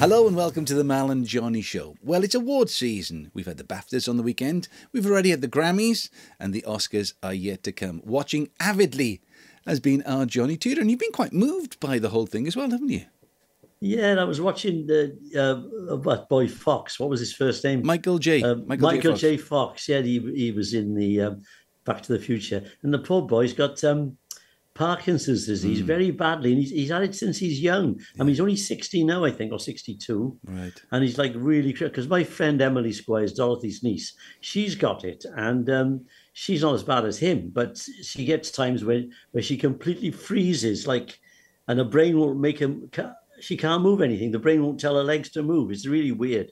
Hello and welcome to the Mal and Johnny Show. Well, it's award season. We've had the BAFTAs on the weekend, we've already had the Grammys, and the Oscars are yet to come. Watching avidly has been our Johnny Tudor, and you've been quite moved by the whole thing as well, haven't you? Yeah, and I was watching the uh, what boy Fox. What was his first name? Michael J. Uh, Michael, J. Fox. Yeah, he he was in the um, Back to the Future, and the poor boy's got um, Parkinson's disease very badly, and he's he's had it since he's young. I mean, he's only sixty now, I think, or sixty-two. Right. And he's like really because my friend Emily Squires, Dorothy's niece, she's got it, and um, she's not as bad as him, but she gets times where where she completely freezes, like, and her brain won't make him. ca- She can't move anything. The brain won't tell her legs to move. It's really weird.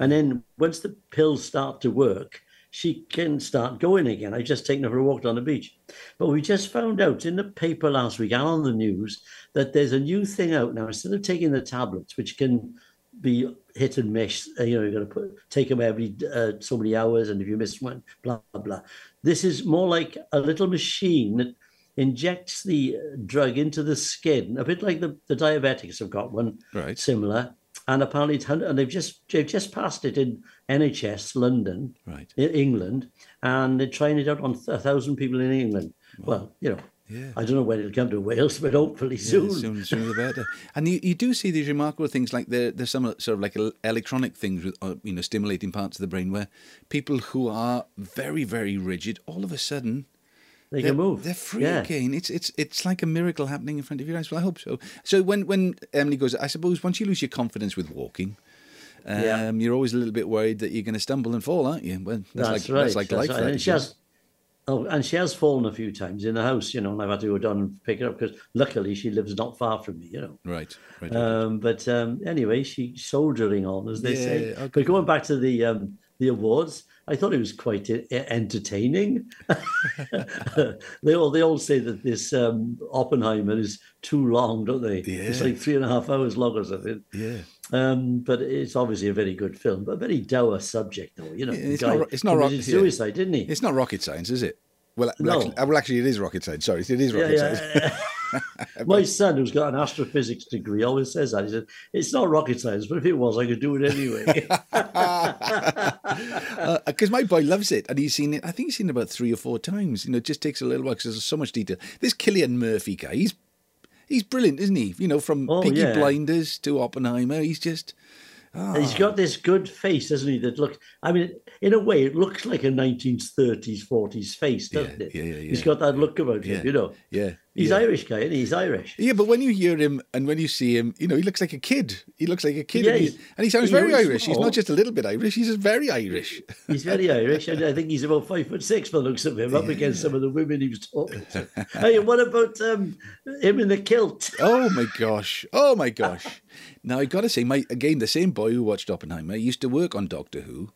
And then once the pills start to work, she can start going again. I've just taken her for a walk down the beach. But we just found out in the paper last week and on the news that there's a new thing out now. Instead of taking the tablets, which can be hit and miss, uh, you know, you're going to put, take them every uh, so many hours, and if you miss one, blah, blah, blah. This is more like a little machine that injects the uh, drug into the skin, a bit like the, the diabetics have got one Right. similar. And apparently, it's, hun- and they've just they've just passed it in NHS London, Right. in England, and they're trying it out on a thousand people in England. Well, you know, Yeah. I don't know when it'll come to Wales, but hopefully Yeah, soon. soon sooner the better. And you, you do see these remarkable things, like there, there's some sort of like el- electronic things with uh, you know stimulating parts of the brain where people who are very very rigid all of a sudden They they're, can move. they're free Yeah. again. It's it's it's like a miracle happening in front of your eyes. Well, I hope so. So when when Emily goes, I suppose once you lose your confidence with walking. Um, Yeah. You're always a little bit worried that you're going to stumble and fall, aren't you? Well, that's, That's like right. that's like life. right. that and is, she yeah. has, oh, and she has fallen a few times in the house, you know, and I've had to go down and pick her up because luckily she lives not far from me, you know. Right, right. right. Um, but um, anyway, she soldering on, as they Yeah, say. okay. But going back to the um, the awards, I thought it was quite e- entertaining. they all they all say that this um, Oppenheimer is too long, don't they? It's Yeah. like three and a half hours long or something. yeah. Um, but it's obviously a very good film, but a very dour subject, though. You know, It's the guy not ro- it's not ro- committed yeah. suicide, didn't he? It's not rocket science, is it? Well, well, No. actually, well, actually, it is rocket science. Sorry, it is Yeah, rocket science. yeah. My son, who's got an astrophysics degree, always says that. He said, It's not rocket science, but if it was, I could do it anyway. because Uh, my boy loves it and he's seen it. I think he's seen it about three or four times. You know, it just takes a little while because there's so much detail. This Killian Murphy guy, he's he's brilliant, isn't he? You know, from Oh, Peaky yeah. Blinders to Oppenheimer, he's just He's got this good face, doesn't he? That looks, I mean, in a way, it looks like a 1930s, 40s face, doesn't Yeah, it? yeah, yeah, He's yeah. got that look about Yeah, him, you know. yeah, He's yeah. Irish guy, isn't he? He's Irish. yeah. But when you hear him and when you see him, you know, he looks like a kid. He looks like a kid, Yeah, and, he, he's- and he sounds he very always Irish. He's was. not just a little bit Irish. He's just very Irish. He's very Irish, and I think he's about five foot six by the looks of him, up against some of the women he was talking to. hey, what about um, him in the kilt? Oh my gosh! Oh my gosh! Now I gotta say, my again the same boy who watched Oppenheimer used to work on Doctor Who,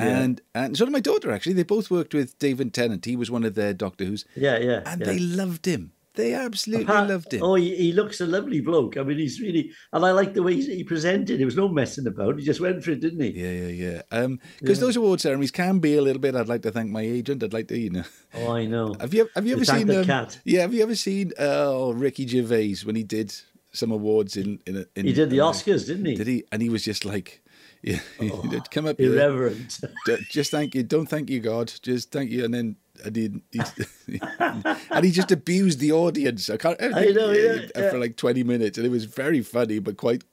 and and so did my daughter actually. They both worked with David Tennant. He was one of their Doctor Who's, Yeah, yeah. and yeah. they loved him. They absolutely Pat- loved him. Oh, he, he looks a lovely bloke. I mean, he's really, and I like the way he, he presented. There was no messing about. He just went for it, didn't he? Yeah, yeah, yeah. Because those award ceremonies can be a little bit. I'd like to thank my agent. I'd like to, you know. Oh, I know. Have you have you ever They thank seen the um, cat. Yeah, have you ever seen uh, oh, Ricky Gervais when he did some awards in in, a, in He did the America? Oscars, Oh, didn't he? uh, Did he? And he was just like, yeah, he'd come up here. Irreverent. D- just thank you. Don't thank you, God. Just thank you. And then I did. He, and he just abused the audience. I can't. I know, yeah, yeah. For like twenty minutes, and it was very funny, but quite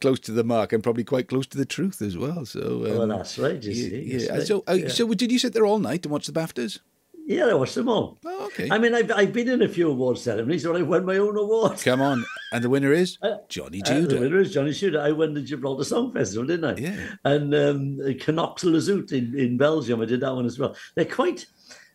close to the mark, and probably quite close to the truth as well. So. Um, Oh, well, that's right. You yeah, see, yeah. it's like- So, uh, yeah. so did you sit there all night and watch the Baftas? yeah, I watched them all. Oh, okay. I mean, I've, I've been in a few award ceremonies, and I won my own award. Come on, and the winner is Johnny Uh, the Tudor. winner is Johnny Shooter. I won the Gibraltar Song Festival, didn't I? Yeah. And um, Canucks Lazout in, in Belgium, I did that one as well. They're quite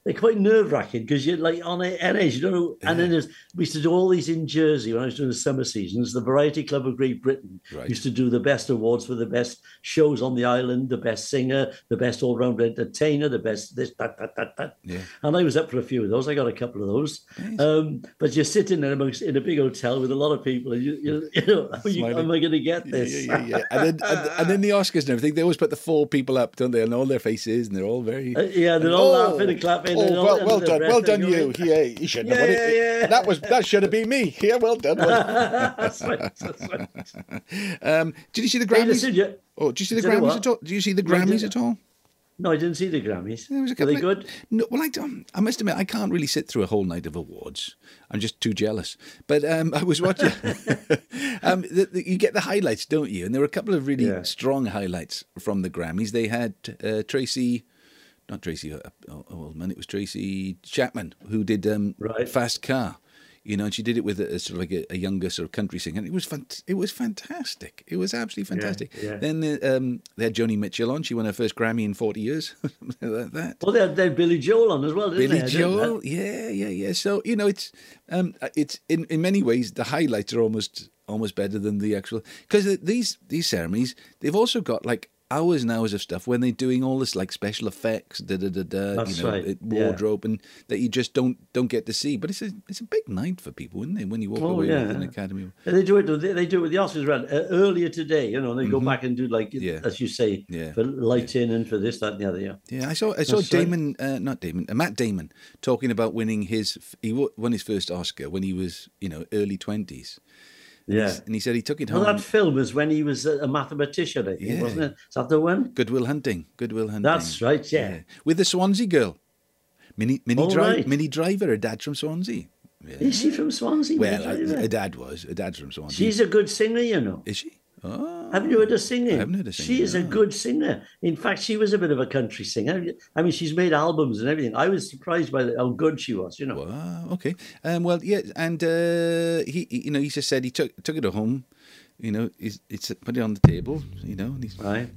they're quite nerve wracking because you're like on a- an edge, you don't know. And then there's, we used to do all these in Jersey when I was doing the summer seasons. The Variety Club of Great Britain Right. used to do the best awards for the best shows on the island, the best singer, the best all round entertainer, the best this, that, that, that, that. Yeah. And I was up for a few of those. I got a couple of those. Um, but you're sitting there amongst in a big hotel with a lot of people, and you, you, you know, how, you, how Smiling. am I going to get Yeah, this? yeah, yeah, yeah. And then, and, and then the Oscars and everything, they always put the four people up, don't they? And all their faces, and they're all very. Uh, yeah, they're all Oh. laughing and clapping. and Oh, then all well, the- well the done, rest well of done, your you. impact. Yeah, he shouldn't have Yeah, won it. eh? yeah, yeah. That was that should have been me. Yeah, well done. Well, that's right. That's right. Um, did you see the Hey, Grammys? listen, you- oh, did you see the do you know Grammys what? at all? Did you see the No, I Grammys didn't. at all? No, I didn't see the Grammys. There was a Were couple they of- good? No, well, I, don't- I must admit, I can't really sit through a whole night of awards. I'm just too jealous. But um, I was watching. um, the, the, you get the highlights, don't you? And there were a couple of really Yeah. strong highlights from the Grammys. They had uh, Tracy, not Tracy, uh, oh, oh man, it was Tracy Chapman who did um, Right. Fast Car. You know, and she did it with a, a sort of like a, a younger sort of country singer, and it was fant- it was fantastic. It was absolutely fantastic. yeah. Then uh, um, they had Joni Mitchell on. She won her first Grammy in forty years, something like that. Well, they had, they had Billy Joel on as well, didn't Billy they? I didn't uh, know. Joel, yeah, yeah, yeah. So you know, it's um, it's in, in many ways the highlights are almost almost better than the actual because these these ceremonies they've also got like hours and hours of stuff when they're doing all this like special effects, da da da da, That's you know, right, it- yeah. wardrobe, and that you just don't don't get to see. But it's a it's a big night for people, isn't it? When you walk Oh, away yeah. with an Academy, And They do it. They, they do it with the Oscars around uh, earlier today. You know, they go back and do like Mm-hmm. Yeah. as you say Yeah. for lighting and for this, that, and the other. Yeah. yeah. I saw I saw That's right. Damon, uh, not Damon, uh, Matt Damon talking about winning his he wa- won his first Oscar when he was you know early twenties, Yeah. and he said he took it Well, home. that film is when he was a a mathematician, I think, Yeah. wasn't it? Is that the one? Goodwill Hunting. Goodwill Hunting. That's right. Yeah. With the Swansea girl. Mini mini, All dri- right. mini driver, a dad from Swansea. Yeah. Is she from Swansea? well, Is I, she? a dad was. A dad's from Swansea. she's a good singer, you know. Is she? Oh. Haven't you heard her singing? I haven't heard her singing, She is a no. good singer. In fact, she was a bit of a country singer. I mean, she's made albums and everything. I was surprised by the, how good she was. You know. Wow. Okay. Um, well, yeah, and uh, he, he- you know, he just said he took took it home. You know, he's, it's put it on the table. You know, and he's, Right.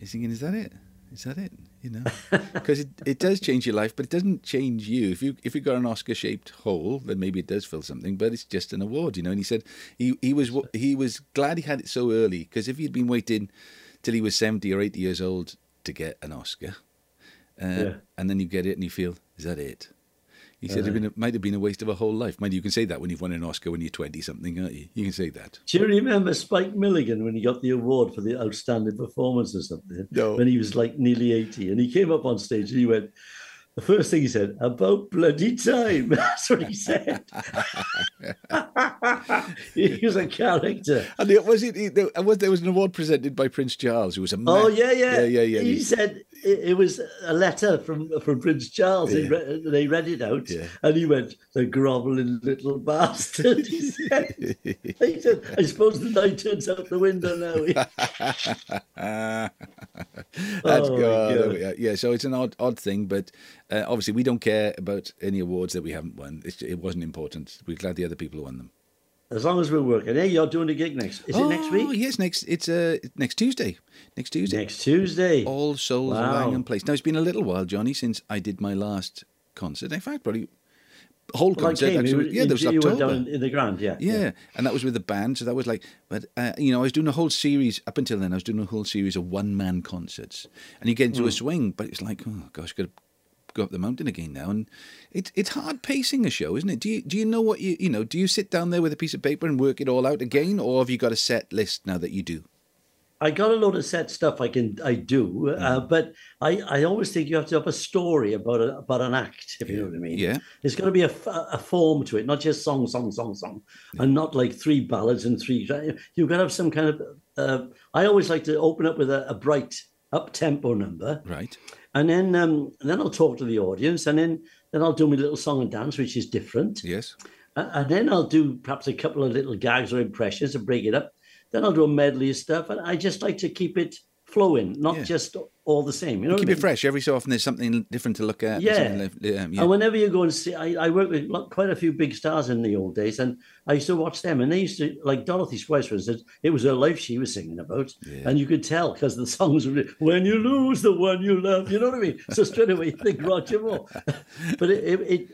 he's thinking, is that it? Is that it? You know, because it, it does change your life, but it doesn't change you. If you if you got an Oscar shaped hole, then maybe it does fill something, but it's just an award, you know. And he said he he was wa- he was glad he had it so early because if he'd been waiting till he was seventy or eighty years old to get an Oscar, uh, Yeah. and then you get it and you feel is that it? He said it it might have been a waste of a whole life. Mind you, you can say that when you've won an Oscar when you're twenty something, aren't you? You can say that. Do you remember Spike Milligan when he got the award for the outstanding performance or something? No. When he was like nearly 80 and he came up on stage and he went, the first thing he said, about bloody time. That's what he said. he was a character. And it was it, it- there was there was an award presented by Prince Charles, who was a Oh ma- yeah, yeah, yeah, yeah, yeah. He said it, it was a letter from from Prince Charles. He Yeah. re- they read it out, Yeah. and he went, "The grovelling little bastard." He said, he said "I suppose the night turns out the window now." That's Oh, good. my There God. we are. Yeah, so it's an odd, odd thing, but uh, obviously we don't care about any awards that we haven't won. It's, it wasn't important. We're glad the other people won them. as long as we're working, hey, you're doing a gig next. Is it next Oh, week? Yes, next. It's uh, next Tuesday. Next Tuesday. Next Tuesday. All Souls Wow. wow. Langham Place. Now it's been a little while, Johnny, since I did my last concert. In fact, probably whole Well, I concert. came, you actually. were- yeah, you, there was you were October. down in- in the Grand, yeah. Yeah. and that was with the band. So that was like, but uh, you know, I was doing a whole series up until then. I was doing a whole series of one man concerts, and you get into a swing, but it's like, oh gosh, got to go up the mountain again now, and it's it's hard pacing a show, isn't it? Do you do you know what you you know? Do you sit down there with a piece of paper and work it all out again, or have you got a set list now that you do? I got a lot of set stuff I can I do, uh, Mm. but I, I always think you have to have a story about a, about an act, if you know what I mean. Yeah. there's got to be a, f- a form to it, not just song, song, song, song, and not like three ballads and three. You've got to have some kind of. Uh, I always like to open up with a, a bright up tempo number, Right. and then um, then I'll talk to the audience, and then then I'll do my little song and dance, which is different. Yes. A- and then I'll do perhaps a couple of little gags or impressions and break it up. Then I'll do a medley of stuff, and I just like to keep it flowing, not Yeah. just all the same. You know, Keep what I it mean? fresh. Every so often, there's something different to look at. and Yeah. something left- um, yeah. And whenever you go and see, I, I worked with lo- quite a few big stars in the old days, and I used to watch them, and they used to like Dorothy Spice, for instance. It was her life she was singing about, Yeah. and you could tell because the songs were "When You Lose the One You Love," you know what I mean. So straight away you think Roger Moore, but it, it,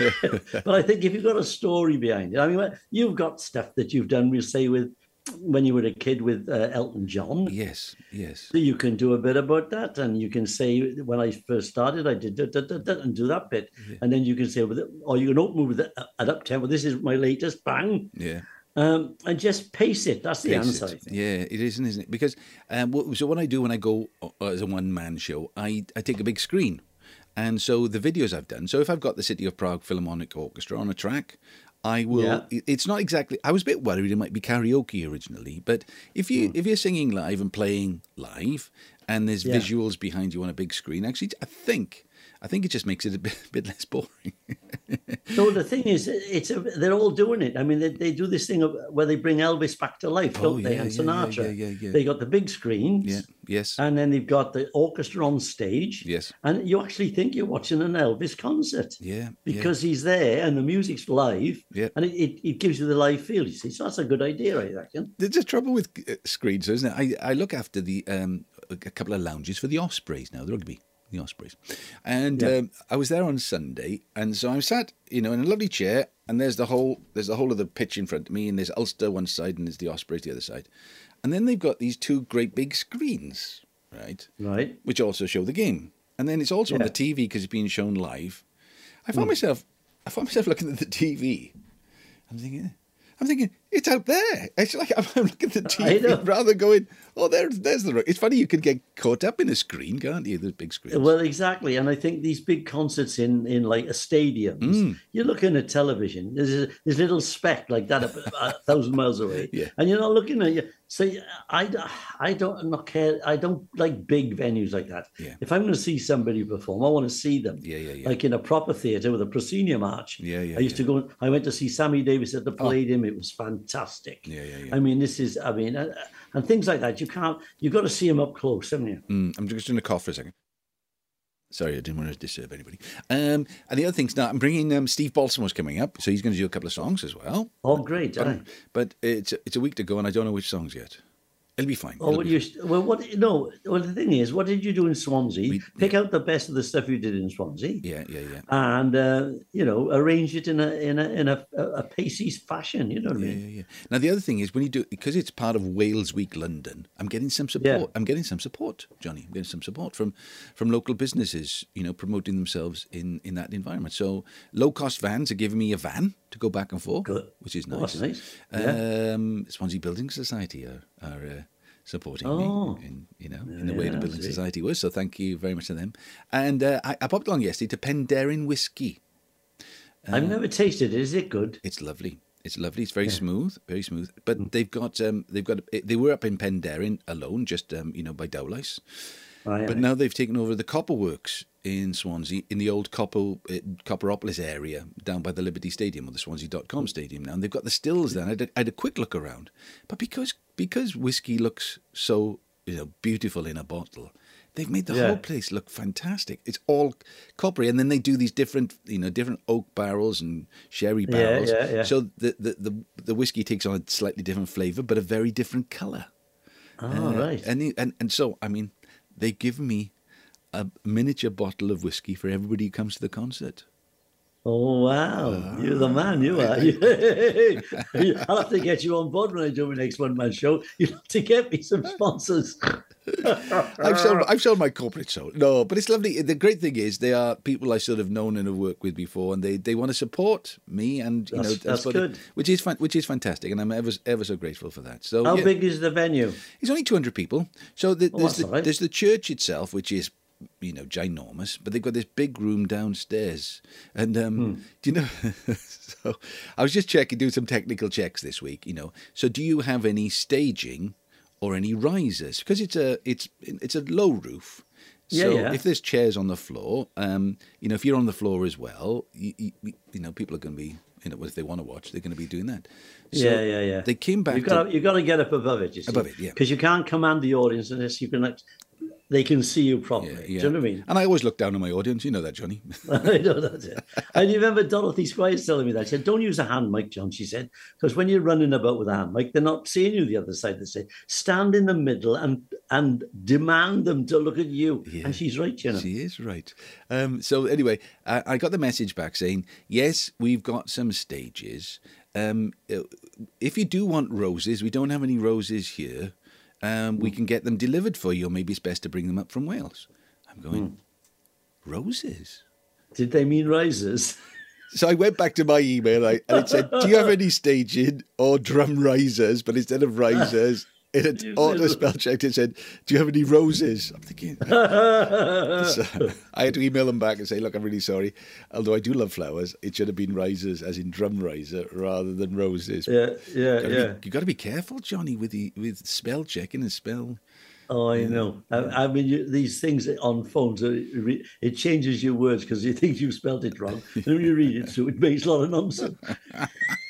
it but I think if you've got a story behind it, I mean, you've got stuff that you've done. We say with when you were a kid with uh, Elton John, Yes. Yes. so you can do a bit about that, and you can say, when I first started, I did that, that, that, that," and do that bit, and then you can say, with it- or you can open with it at up tempo. This is my latest bang, Yeah. um, and just pace it. That's the Pace answer. I it. think. Yeah, it isn't, isn't it? Because um, wh- so what I do when I go uh, as a one man show, I I take a big screen. And so the videos I've done. So if I've got the City of Prague Philharmonic Orchestra on a track, I will. Yeah. it- It's not exactly. I was a bit worried it might be karaoke originally, but if you if you're singing live and playing live, and there's Hmm. Yeah. visuals behind you on a big screen, actually, I think I think it just makes it a bit, bit less boring. No, the thing is, it's a, they're all doing it. I mean, they, they do this thing of where they bring Elvis back to life, Oh, don't they? yeah, and yeah, yeah, Sinatra. yeah, yeah, yeah. They got the big screens, Yeah. Yes. and then they've got the orchestra on stage. Yes. and you actually think you're watching an Elvis concert. Yeah, yeah. because he's there and the music's live. Yeah. and it, it, it gives you the live feel. You see, so that's a good idea, I reckon. There's a trouble with uh, screens, isn't it? I, I look after the um, a couple of lounges for the Ospreys now, the rugby, the Ospreys. And um, I was there on Sunday, and so I'm sat, you know, in a lovely chair, and there's the whole there's the whole of the pitch in front of me, and there's Ulster one side, and there's the Ospreys the other side, and then they've got these two great big screens, right? Right. which also show the game. And then it's also on Yeah. Hmm. the TV because it's being shown live. I found myself, I found myself looking at the TV. I'm thinking, I'm thinking, it's out there. It's like I'm, I'm looking at the I know. TV rather going, oh, there's there's the. ro-" It's funny you can get caught up in a screen, can't you? Those big screens. Well, exactly, and I think these big concerts in in like a stadiums, Hmm. you're looking at television. There's a, this little speck like that up a thousand miles away, Yeah. and you're not looking at you. So I, d- I don't I'm not care. I don't like big venues like that. Yeah. If I'm going to see somebody perform, I want to see them. Yeah, yeah, yeah. Like in a proper theatre with a proscenium arch. Yeah, yeah, I used yeah. Oh. to go. I went to see Sammy Davis at the Palladium. It was fantastic. Yeah, yeah, yeah. I mean, this is. I mean, uh, and things like that. You can't. You've got to see them up close, haven't you? Mm, I'm just going to cough for a second. Sorry, I didn't want to disturb anybody. Um, and the other thing's now I'm bringing um, Steve Balsimore's coming up, so he's going to do a couple of songs as well. Oh, great! But, aye. but it's it's a week to go, and I don't know which songs yet. It'll be fine. Oh, It'll well, be you well, what? No, well, the thing is, what did you do in Swansea? We- Pick out the best of the stuff you did in Swansea, Yeah, yeah, yeah. and uh, you know, arrange it in a in a in a, a Pacey's fashion. You know what Yeah, I mean? yeah, yeah. Now the other thing is when you do because it's part of Wales Week London, I'm getting some support. Yeah. I'm getting some support, Johnny. I'm getting some support from from local businesses, you know, promoting themselves in in that environment. So low cost vans are giving me a van to go back and forth, Good. which is Oh, nice. that's nice. Um, Swansea Building Society are are. Uh, Supporting Oh. me, in, you know, in the way the Yeah, building sweet. society was. So thank you very much to them. And uh, I, I popped along yesterday to Penderin whiskey. uh, I've never tasted it. Is it good? It's lovely. It's lovely. It's very smooth, very smooth. But they've got um, they've got eh, they were up in Penderin alone, just um, you know by Dowlice. Aye, But aye. now they've taken over the copper works in Swansea, in the old copper uh, copperopolis area down by the Liberty Stadium or the Swansea.com Stadium now. And they've got the stills there. And I had a, I had a quick look around, but because because whiskey looks so you know beautiful in a bottle. They've made the Yeah. whole place look fantastic. It's all coppery, and then they do these different, you know, different oak barrels and sherry Yeah, barrels. yeah, yeah. So the, the the the whiskey takes on a slightly different flavour, but a very different colour. oh, Uh, right. And, he- and and so I mean, they give me a miniature bottle of whiskey for everybody who comes to the concert. Oh wow, Uh, you're the man, you are. I'll have to get you on board when I do my next one man show. You'll have to get me some sponsors. I've sold I've sold my corporate soul. No, but it's lovely. The great thing is they are people I sort of known and have worked with before, and they, they want to support me and you know That's- and that's support it, good. which is fan, which is fantastic, and I'm ever ever so grateful for that. So How yeah. big is the venue? It's only 200 people. So the, there's, that's the, all right. there's the church itself, which is, you know, ginormous, but they've got this big room downstairs. And um, Hmm. do you know? so I was just checking, doing some technical checks this week. You know, so do you have any staging or any risers? Because it's a it's it's a low roof. Yeah, So yeah. if there's chairs on the floor, um, you know, if you're on the floor as well, you, you, you know, people are going to be, you know, if they want to watch, they're going to be doing that. So yeah, yeah, yeah. They came back. You've to- got to, you've got to get up above it, you see. Above it, yeah. Because you can't command the audience unless you can like, they can see you properly. Do you know what I mean? And I always look down on my audience. You know that, Johnny. I know that's it. I remember Dorothy Squires telling me that. She said, Don't use a hand mic, John, she said, because when you're running about with a hand mic, they're not seeing you the other side. They say, stand in the middle and and demand them to look at you. And she's right, you know. she is right. Um, so anyway, I, I got the message back saying, yes, we've got some stages. Um, uh, if you do want roses, we don't have any roses here. Um, Hmm. we can get them delivered for you, or maybe it's best to bring them up from Wales. I'm going, Hmm. roses? Did they mean risers? So I went back to my email I, and it said, do you have any staging or drum risers? But instead of risers, it had auto spell checked. It said, "Do you have any roses?" I'm thinking. So I had to email them back and say, "Look, I'm really sorry. Although I do love flowers, it should have been risers, as in drum riser, rather than roses." yeah, yeah, Gotta be- yeah. you got to be careful, Johnny, with the with spell checking and spell. Oh, I know. I, I mean, you, these things on phones, uh, it re- it changes your words because you think you spelled it wrong. and when you read it, so it makes a lot of nonsense.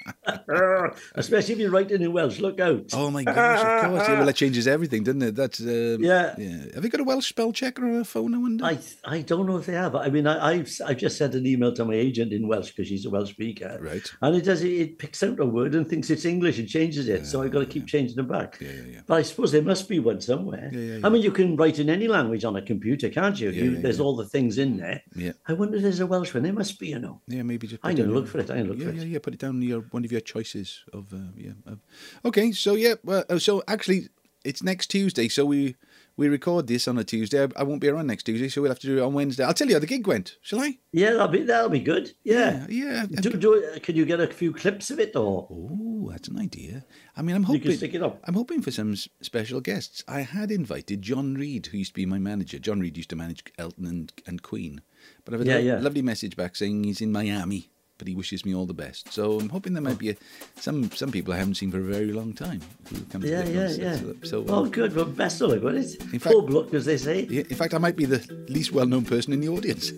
Especially if you're writing in Welsh, look out. Oh my gosh! Of course, yeah, well, that changes everything, doesn't it? That's um, Yeah. Have you got a Welsh spell checker on a phone? I wonder. I, I don't know if they have. I mean, I, I've s- I've just sent an email to my agent in Welsh because she's a Welsh speaker, Right. And it does it, it picks out a word and thinks it's English and changes it. so I've got to keep changing them back. yeah, yeah. But I suppose there must be one somewhere. yeah, I mean, you can write in any language on a computer, can't you? you yeah, there's all the things in there. Yeah. I wonder if there's a Welsh one. There must be, you know. Yeah, maybe just. put I'm going down to look your- for it. I'm going to look Yeah, for it. yeah, yeah. Put it down your one of your choices of uh, yeah. Of, okay, so yeah, well, oh, so actually, it's next Tuesday. So we we record this on a Tuesday. I, I won't be around next Tuesday, so we'll have to do it on Wednesday. I'll tell you how the gig went. Shall I? Yeah, that'll be that'll be good. Yeah. yeah. Eh, Do, do can you get a few clips of it or Oh, that's an idea. I mean, I'm you hoping can stick it up? I'm hoping for some s- special guests. I had invited John Reed, who used to be my manager. John Reed used to manage Elton and, and Queen. But I've had Yeah, a lo- yeah. lovely message back saying he's in Miami, but he wishes me all the best. So I'm hoping there might be a, some some people I haven't seen for a very long time who come to Yeah, the yeah, concert. yeah. So, so, oh, uh, good. Well, best of luck. Well, it's In fact- poor block, as they say. yeah, in fact, I might be the least well-known person in the audience.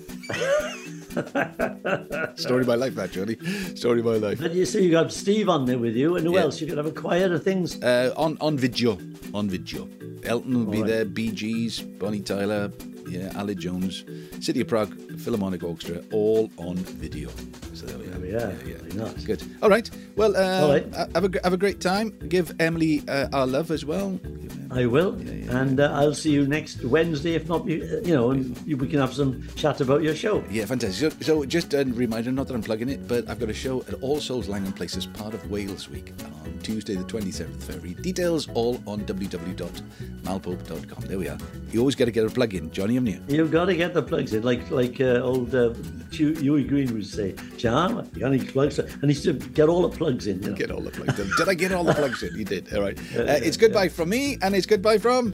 Story of my life, that Johnny. Story of my life. And you, so you got Steve on there with you, and who Yeah. else? You could have a choir of things. Uh, on on video, on video. Elton will be Alright. there. BGs, Bonnie Tyler, yeah, Ali Jones, City of Prague Philharmonic Orchestra, all on video. So there we are. we are. Why not? Good. All right. Well, uh, All right. ha- have a gr- have a great time. Give Emily uh, our love as well. Give Em- I will, and uh, I'll see you next Wednesday, if not, you you know, and you- we can have some chat about your show. Yeah, fantastic. So, so just a reminder, not that I'm plugging it, but I've got a show at All Souls Langham Place as part of Wales Week on Tuesday, the 27th of February. Details all on www.malpope.com. There we are. You always got to get a plug in. Johnny, I'm new. You've got to get the plugs in, like like uh, old uh, Hugh, Huey Green would say, John, you got any plugs? And he used to get all the plugs in. You know? Get all the plugs in. Did I get all the plugs in? You did. All right. Uh, it's goodbye from me, and it's goodbye from.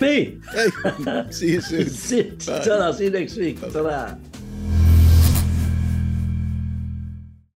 Me! Hey, see you soon. That's it. Ta-ra, see you next week. Ta-ra.